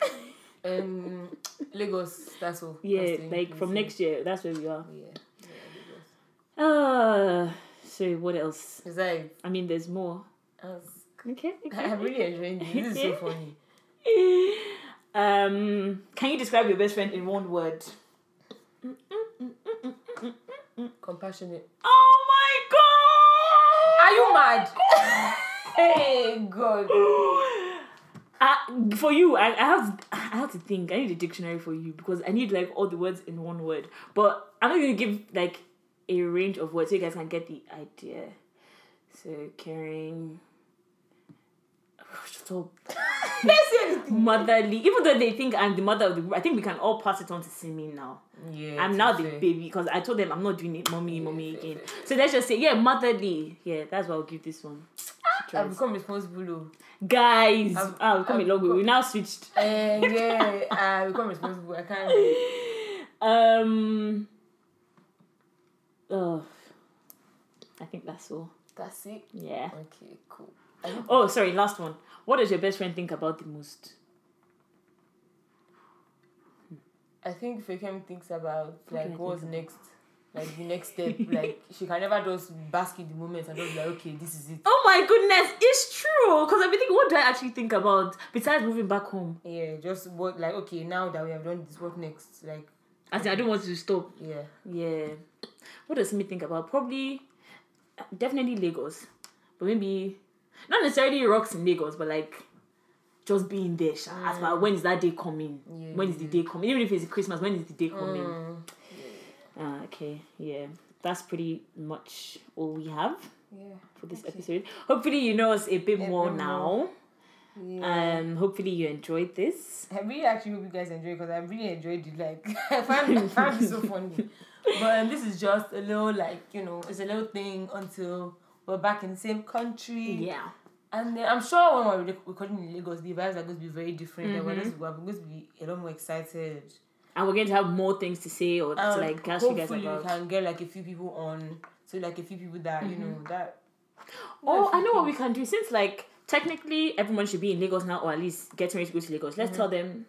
S2: you. Um, Lagos, that's all.
S1: Yeah,
S2: That's the
S1: like from
S2: increase.
S1: next year, that's where we are.
S2: Yeah. yeah Lagos.
S1: Ah, so what else?
S2: Is that it?
S1: I mean, there's more.
S2: That's-
S1: Okay. okay.
S2: I'm really enjoying this. This is so funny.
S1: Um, can you describe your best friend in one word?
S2: Compassionate.
S1: Oh my god!
S2: Are you mad? hey, God.
S1: I, for you, I, I have I have to think. I need a dictionary for you because I need like all the words in one word. But I'm not gonna give like a range of words so you guys can get the idea. So caring. So
S2: Let's see anything.
S1: motherly, even though they think I'm the mother of the group, I think we can all pass it on to Simi now.
S2: Yeah,
S1: I'm
S2: to
S1: now
S2: be
S1: the
S2: fair.
S1: baby because I told them I'm not doing it, mommy, mommy
S2: fair,
S1: again.
S2: fair,
S1: So let's just say, yeah, motherly. Yeah, that's what I'll give this one.
S2: I've become responsible. though.
S1: Guys,
S2: I've-
S1: ah, we've come a
S2: I've
S1: long way.
S2: become-
S1: We now switched.
S2: Eh, yeah, I become responsible. I can't.
S1: Um. Oh, I think that's all.
S2: That's it.
S1: Yeah.
S2: Okay, cool.
S1: Oh, sorry. Last one. What does your best friend think about the most?
S2: I think Fakem thinks about
S1: do I
S2: like what's
S1: think
S2: next, like the next step. like she can never just bask in the moment and just be like, okay, this is it.
S1: Oh my goodness, it's true. Because I've been thinking, what do I actually think about besides moving back home?
S2: Yeah, just what like okay, now that we have done this, what next? Like
S1: I think I don't want to stop.
S2: yeah,
S1: Yeah. What does me think about? Probably, uh, definitely Lagos, but maybe not necessarily rocks in Lagos, but like just being there. sha. As far when is that day coming?
S2: Mm. Yeah,
S1: when is the day coming? Even if it's Christmas, when is the day coming?
S2: Mm.
S1: Ah, okay, yeah. That's pretty much all we have
S2: yeah,
S1: for this episode. Hopefully, you know us a bit more
S2: bit
S1: now.
S2: yeah.
S1: Um, hopefully, you enjoyed this.
S2: I really actually hope you guys enjoy because I really enjoyed it. Like I found I found it so funny, but um, this is just a little like you know it's a little thing until we're back in the same country.
S1: Yeah,
S2: And then I'm sure when we're rec- recording in Lagos, the vibes are going to be very different. Like,
S1: Mm-hmm.
S2: we're, just, we're going to be a lot more excited.
S1: and we're going to have more things to say or to
S2: And
S1: like ask you guys
S2: Uh, Um, hopefully,
S1: about.
S2: we can get like a few people on. So like a few people that you know
S1: Mm-hmm.
S2: that.
S1: Oh, I know what we can do. Since like technically everyone should be in Lagos now, or at least getting ready to go to Lagos.
S2: Mm-hmm.
S1: Let's tell them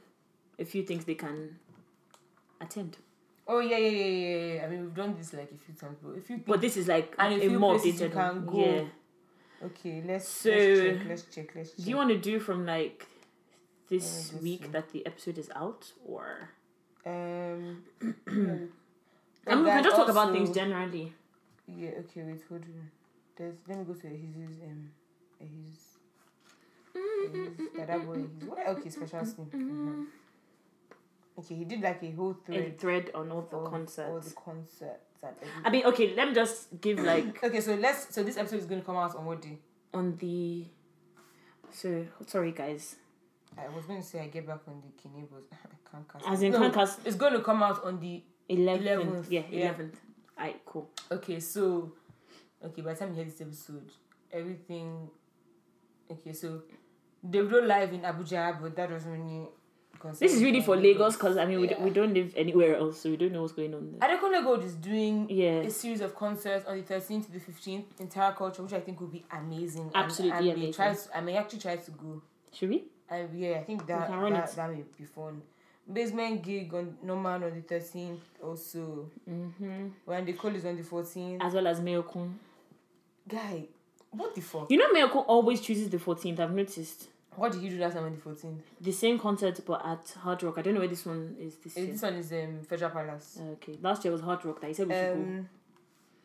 S1: a few things they can attend.
S2: Oh yeah, yeah, yeah, yeah, yeah. I mean, we've done this like a few times, but if you think,
S1: But this is like
S2: And a
S1: a
S2: few
S1: more
S2: places you
S1: updated
S2: can
S1: one.
S2: go.
S1: Yeah.
S2: okay, let's
S1: So,
S2: let's check, let's check, let's check.
S1: Do you want to do from like this
S2: Yeah, this
S1: week
S2: week.
S1: that the episode is out, or
S2: um,
S1: I mean, we can
S2: then
S1: just talk about
S2: also-
S1: things generally.
S2: Yeah. Okay. Wait. Hold on. There's. Let me go to his um his his that boy. His, what? Okay. Special
S1: Mm-hmm.
S2: scene. Mhm. Okay. He did like a whole
S1: A
S2: thread
S1: thread on all the
S2: of all
S1: concerts.
S2: the concerts and everything.
S1: I mean, okay, let me just give like
S2: Okay. So let's. So this episode is going to come out on what day?
S1: on the. So sorry, guys.
S2: I was going to say I get back on the Kine, but I can't cast.
S1: As in
S2: no,
S1: Comcast
S2: It's going to come out on the.
S1: eleventh.
S2: 11th,
S1: Yeah,
S2: yeah.
S1: eleventh. Alright, cool.
S2: Okay. So. Okay. By the time you hear this episode, everything. Okay. So, they Davido live in Abuja, but that doesn't really. concern
S1: This is really
S2: me.
S1: for Lagos because I mean we, d-
S2: Yeah.
S1: we don't live anywhere else, so we don't know what's going on there.
S2: Adekunle Gold is doing
S1: Yeah.
S2: a series of concerts on the 13th to the 15th in Terra Culture, which I think will be amazing. And-
S1: Absolutely
S2: and,
S1: amazing.
S2: May try to, I may actually try to go.
S1: Should we?
S2: I, yeah, I think that
S1: can run
S2: that,
S1: it.
S2: that may be fun. Basement gig on Norman on the 13th also.
S1: Mm-hmm.
S2: When the call is on the 14th.
S1: As well as Meokun.
S2: Guy, what the fuck?
S1: You know Meokun always chooses the fourteenth. I've noticed
S2: What did you do last time on the 14th?
S1: the same concert, but at Hard Rock. I don't know where this one is this
S2: Eh,
S1: year.
S2: This one is um, Federal Palace.
S1: Okay, last year was Hard Rock that he said we should go.
S2: Um,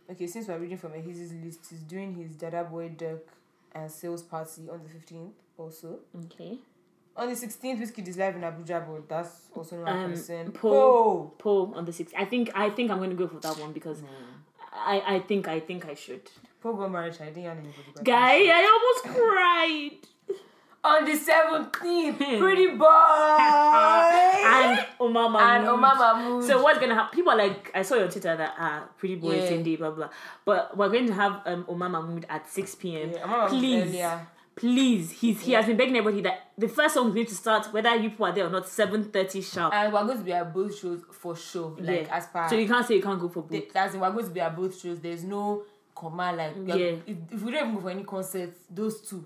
S2: okay, since we're reading from Ahiz's list, he's doing his Dada Boy Duck and Sales Party on the 15th also.
S1: Okay.
S2: On the 16th, Whiskey is live in Abuja, but that's also not
S1: Um,
S2: a person.
S1: Paul.
S2: Paul.
S1: Paul on the sixth. I think I think I'm gonna go for that one because I I think I think I should.
S2: Paul got married, I didn't hear anybody. but-
S1: Guy, I almost cried.
S2: On the 17th, Pretty Boy!
S1: Hmm. Uh, and Omar
S2: and
S1: Mahmood.
S2: Omar Mahmoud.
S1: So what's gonna happen? People are like I saw on Twitter that ah pretty boy
S2: Yeah.
S1: same day blah blah. But we're going to have um Omar Mahmood at six p.m.
S2: Yeah, Omar Mahmood
S1: please,
S2: earlier.
S1: please, he's he has been begging everybody that the first song is going to start whether you people are there or not seven thirty sharp.
S2: And we're going to be at both shows for sure. Like,
S1: Yeah.
S2: as per.
S1: so you can't say you can't go for both.
S2: th- that's it, we're going to be at both shows. There's no command. Like, we are-
S1: Yeah.
S2: if, if we don't even go for any concerts, those two.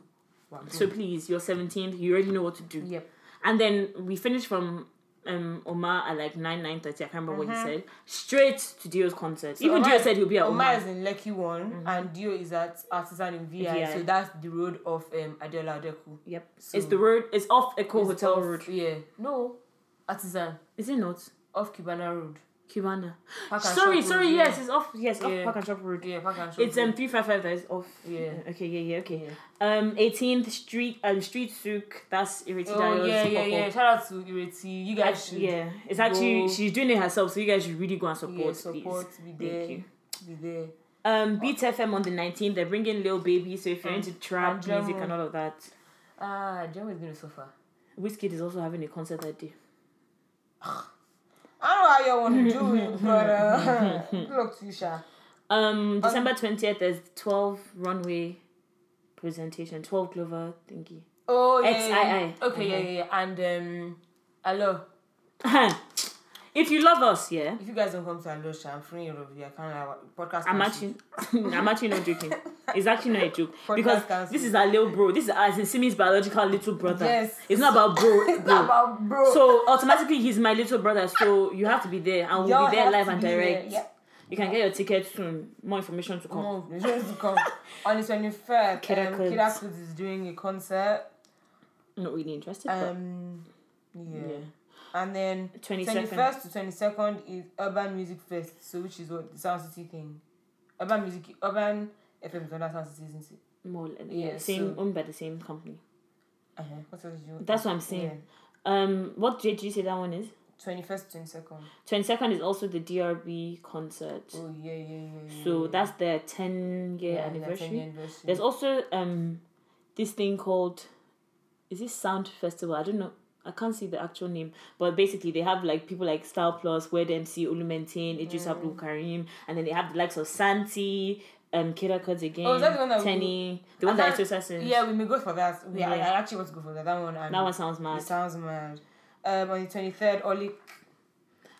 S2: we're going.
S1: So please, you're seventeenth. You already know what to do.
S2: Yep.
S1: And then we finish from um Omar at like nine nine thirty. I can't remember what he said. Straight to Dio's concert. Even Dio
S2: Mm-hmm. Omar-
S1: said he'll be at Mm-hmm.
S2: Omar
S1: Omar.
S2: is in Lekki one, and Dio is at Artisan in VI.
S1: VI.
S2: So that's the road of um, Adela Adeku.
S1: Yep.
S2: So-
S1: it's the road. It's off Echo
S2: It's
S1: Hotel
S2: off-
S1: Road.
S2: Yeah. No. Artisan.
S1: Is it not?
S2: Off Kibana Road.
S1: Cubana.
S2: Park and
S1: sorry,
S2: Shop
S1: sorry.
S2: Road,
S1: yes, it's off. Yes,
S2: Yeah.
S1: off Park and Shop Road.
S2: Yeah, Park and Shop
S1: It's um
S2: Road.
S1: three five five that is off.
S2: Yeah.
S1: Okay. Yeah. Yeah. Okay.
S2: Yeah.
S1: Um, eighteenth street um street souk. That's irritated.
S2: Oh yeah, yeah, yeah. Shout out to Ireti. You guys should
S1: Yeah, it's actually
S2: Go.
S1: she's doing it herself, so you guys should really go and support.
S2: yeah,
S1: please.
S2: support, be there,
S1: Thank you.
S2: be there.
S1: Um, Beat FM on the 19th, they're bringing Lil Baby, so if you're
S2: Mm.
S1: into trap
S2: And
S1: music
S2: Drumroll.
S1: and all of that,
S2: Ah, Jamo is gonna suffer.
S1: Wizkid is also having a concert that day.
S2: I don't know how you want to do it, but uh, good luck to you, Sha.
S1: Um, December 20th, there's 12 runway presentation, 12 Clover thingy.
S2: Oh yeah,
S1: XII.
S2: yeah. Okay, yeah, yeah, yeah. And um, hello.
S1: if you love us, yeah,
S2: If you guys don't come to Hello, Sha, I'm freeing all of you. I can't lie. Podcast.
S1: I'm
S2: cancel.
S1: actually, I'm actually not joking. It's actually not a joke
S2: Podcast
S1: because
S2: cancel.
S1: this is our little bro. This is as in Simi's biological little brother.
S2: Yes.
S1: it's not about bro.
S2: It's
S1: bro.
S2: not about bro.
S1: So automatically he's my little brother. So you have to be there, and we'll
S2: Y'all
S1: be there
S2: have
S1: live
S2: to
S1: and
S2: be there,
S1: direct.
S2: yeah.
S1: You can get your ticket soon. More information to come.
S2: No, it's just to come. On the 21st, um,
S1: Kidda Kids.
S2: Kidda Kids is doing a concert.
S1: Not really interested.
S2: Um, yeah.
S1: but yeah.
S2: And then
S1: 22nd.
S2: 21st to 22nd is Urban Music Fest, so which is what the Sound City thing. Urban Music, Urban FM is under Sound City, isn't it?
S1: More or less, yeah,
S2: Yeah,
S1: same
S2: so-
S1: owned by the same company.
S2: Uh-huh. What else did you
S1: That's what I'm saying. Um, what date did you say that one is?
S2: Yeah. 21st to 22nd.
S1: Twenty second is also the DRB concert.
S2: Oh, yeah, yeah, yeah. yeah
S1: So
S2: yeah.
S1: that's their ten year
S2: Yeah, that's
S1: anniversary.
S2: an anniversary.
S1: There's also um this thing called is it Sound Festival? I don't know. I can't see the actual name, but basically they have like people like Style Plus, Word MC, Ulu Maintain, Idris Abdul
S2: Mm.
S1: Karim, and then they have the likes of Santi, um, Kira Cuds again,
S2: Oh, is that the one that we-
S1: Tenny, the one
S2: I
S1: that
S2: can't-
S1: is Assassin.
S2: Yeah, we may go for that. We, I, I
S1: Yeah.
S2: actually want to go for that. That one. And
S1: that one sounds mad.
S2: It sounds mad. Um, on the 23rd, Oli.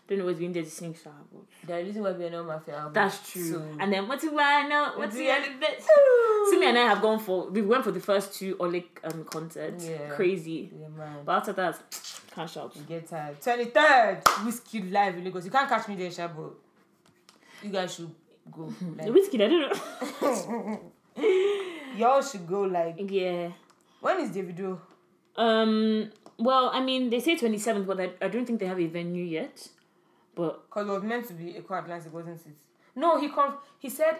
S1: don't know what's been there to sing Star. but-
S2: The reason why we are not my favorite album.
S1: That's true.
S2: Mm. So-
S1: And then what do I know? What do
S2: Yeah.
S1: I know? Simi and I have gone for we went for the first two Oleg um concerts.
S2: Yeah.
S1: Crazy.
S2: Yeah, man.
S1: But after that, can't shout.
S2: You Get tired. 23rd, Whiskey Live in Lagos. You can't catch me there, Sha, but you guys should go.
S1: The
S2: Like,
S1: whiskey, I don't know.
S2: y'all should go. Like,
S1: Yeah.
S2: when is Davido?
S1: Um. Well, I mean, they say twenty seventh, but I, I don't think they have a venue yet. But
S2: Because it was meant to be Echo Atlantic, wasn't it? No, he come. He said.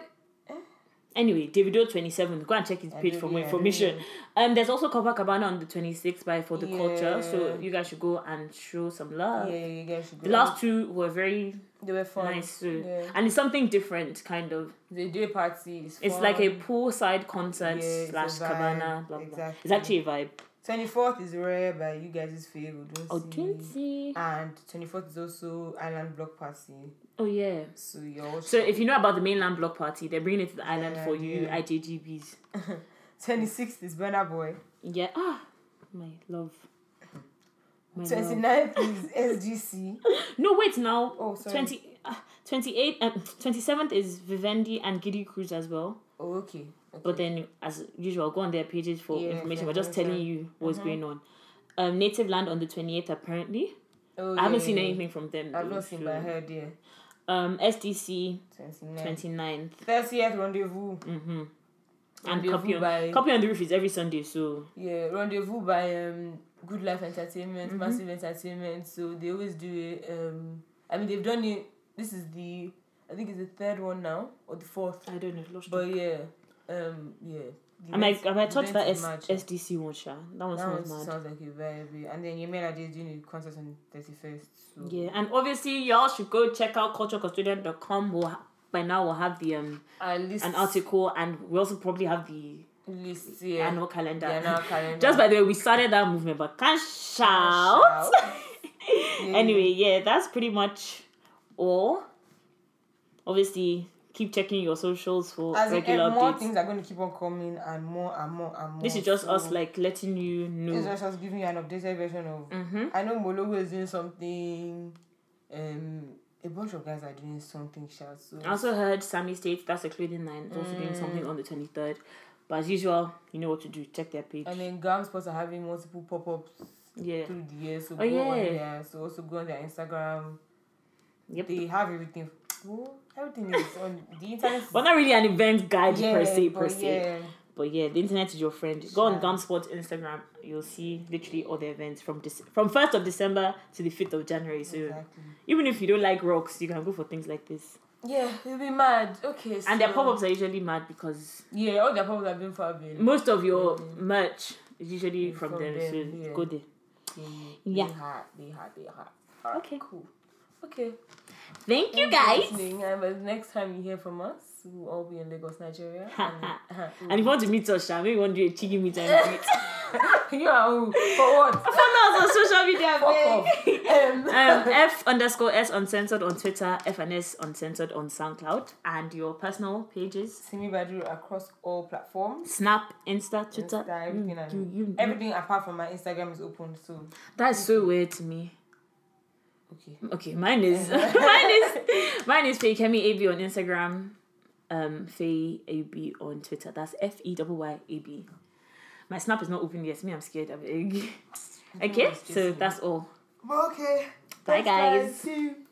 S1: anyway, Davido twenty seventh. Go and check his
S2: I
S1: page
S2: don't-
S1: for more
S2: yeah, I don't
S1: information. Um, there's also Copacabana on the twenty sixth by for the culture, so
S2: Yeah.
S1: you guys should go and show some
S2: Yeah,
S1: love.
S2: you guys should go.
S1: The last two were very
S2: they were fun.
S1: nice, so,
S2: Yeah.
S1: and it's something different, kind of.
S2: They do a party. It's,
S1: It's
S2: fun.
S1: like a poolside concert
S2: Yeah, it's a
S1: slash
S2: vibe,
S1: cabana, blah blah. It's
S2: exactly.
S1: actually a vibe.
S2: 24th is rare, but you guys is fair.
S1: Oh,
S2: Don't see.
S1: Tunsi.
S2: And 24th is also Island Block Party.
S1: Oh yeah.
S2: So y'all.
S1: So if you know about the mainland block party, they're bringing it to the island for you,
S2: Yeah.
S1: IJGBs.
S2: 26th is Burna Boy.
S1: Yeah. Ah, my love. Oh My love.
S2: 29th is SGC.
S1: No, wait now.
S2: Oh, sorry.
S1: 20, uh, 28, um, 27th is Vivendi and Giddy Cruz as well.
S2: Oh, okay.
S1: But then, as usual, go on their pages for
S2: Yeah, uh-huh.
S1: information.
S2: yeah,
S1: We're just telling
S2: okay.
S1: you what's going on. Um, Native Land on the 28th, apparently.
S2: Oh,
S1: I haven't
S2: yeah,
S1: seen
S2: yeah.
S1: anything from them.
S2: I've
S1: though,
S2: not seen
S1: so-
S2: my hair there.
S1: Um, SDC
S2: 29th.
S1: 29th.
S2: 30th rendezvous.
S1: Mm-hmm. And
S2: Rendezvous
S1: copy on,
S2: by-
S1: copy on the roof is every Sunday, so
S2: Yeah, rendezvous by um, Good Life Entertainment,
S1: Mm-hmm.
S2: Massive Entertainment. So they always do it. Um, I mean, they've done it. This is the, I think it's the third one now, or the fourth.
S1: I don't know. Lost
S2: But yeah, um, yeah. The
S1: I might,
S2: event-
S1: I might
S2: the
S1: touch
S2: event
S1: that
S2: is
S1: S-
S2: mad.
S1: SDC one, Sha. That one
S2: That one
S1: sounds mad.
S2: sounds like a vibe. And then Yemela did doing a concert on 31st. So.
S1: Yeah, and obviously y'all should go check out culturecustodian.com. We'll ha- by now we'll have the um
S2: At least.
S1: an article, and we also probably have the
S2: List, yeah.
S1: annual calendar.
S2: The annual calendar.
S1: Just by the way, we started that movement, but can't shout.
S2: Yeah.
S1: Anyway, yeah, that's pretty much all. Obviously, keep checking your socials for
S2: As in,
S1: regular
S2: eh, more
S1: updates.
S2: things are going to keep on coming and more and more and more.
S1: This is just us
S2: So,
S1: like letting you
S2: This is
S1: know.
S2: just us giving you an updated version of.
S1: Mm-hmm.
S2: I know Mologo is doing something. Um, a bunch of guys are doing something. Shout so.
S1: I also heard Sammy State, that's a clothing line, is also doing
S2: Mm.
S1: something on the 23rd. But as usual, you know what to do. Check their page.
S2: And then Gam Sports are having multiple pop ups
S1: Yeah.
S2: through the year. So
S1: Oh,
S2: go on
S1: yeah.
S2: there. So also go on their Instagram.
S1: Yep.
S2: They have everything. Oh, everything is on the internet.
S1: But not really an event guide
S2: Yeah,
S1: per se,
S2: but
S1: per se.
S2: yeah.
S1: But yeah, the internet is your friend. Go on Gamspot's Instagram. You'll see literally all the events from Dec- from first of December to the fifth of January. So
S2: Exactly.
S1: even if you don't like rocks, you can go for things like this.
S2: Yeah, you'll be mad. Okay.
S1: And their
S2: so-
S1: pop ups are usually mad because
S2: Yeah, all their pop-ups have been for Abel.
S1: most of your
S2: Mhm.
S1: merch is usually
S2: It's
S1: from,
S2: Mm, from
S1: them.
S2: them,
S1: So
S2: yeah.
S1: go there.
S2: They,
S1: Yeah.
S2: They hot. They hot. They hot. All right,
S1: Okay.
S2: Cool. Okay.
S1: Thank you
S2: Thank for
S1: guys.
S2: listening, And by the next time you hear from us, we'll all be in Lagos, Nigeria. uh,
S1: And if you want to meet us, Sha, maybe you want to do a cheeky meet and greet.
S2: you are who? For what?
S1: Follow us on social media,
S2: Fuck
S1: babe.
S2: off. Um,
S1: um, F underscore S uncensored on Twitter, F and S uncensored on SoundCloud, and your personal pages
S2: Simi Badu across all platforms.
S1: Snap, Insta, Twitter.
S2: Insta,
S1: you-
S2: everything I
S1: you-
S2: do.
S1: you-
S2: Everything apart from my Instagram is open, so
S1: That's so weird to me.
S2: okay.
S1: Okay, mine is mine is mine is Faye Kemi AB on Instagram, um Faye AB on Twitter. That's F E Y Y A B. My Snap is not open yet. Me, I'm scared. I'm egg.
S2: I think
S1: Okay,
S2: it's just
S1: so
S2: me.
S1: that's all.
S2: Okay.
S1: Bye, guys.
S2: See you.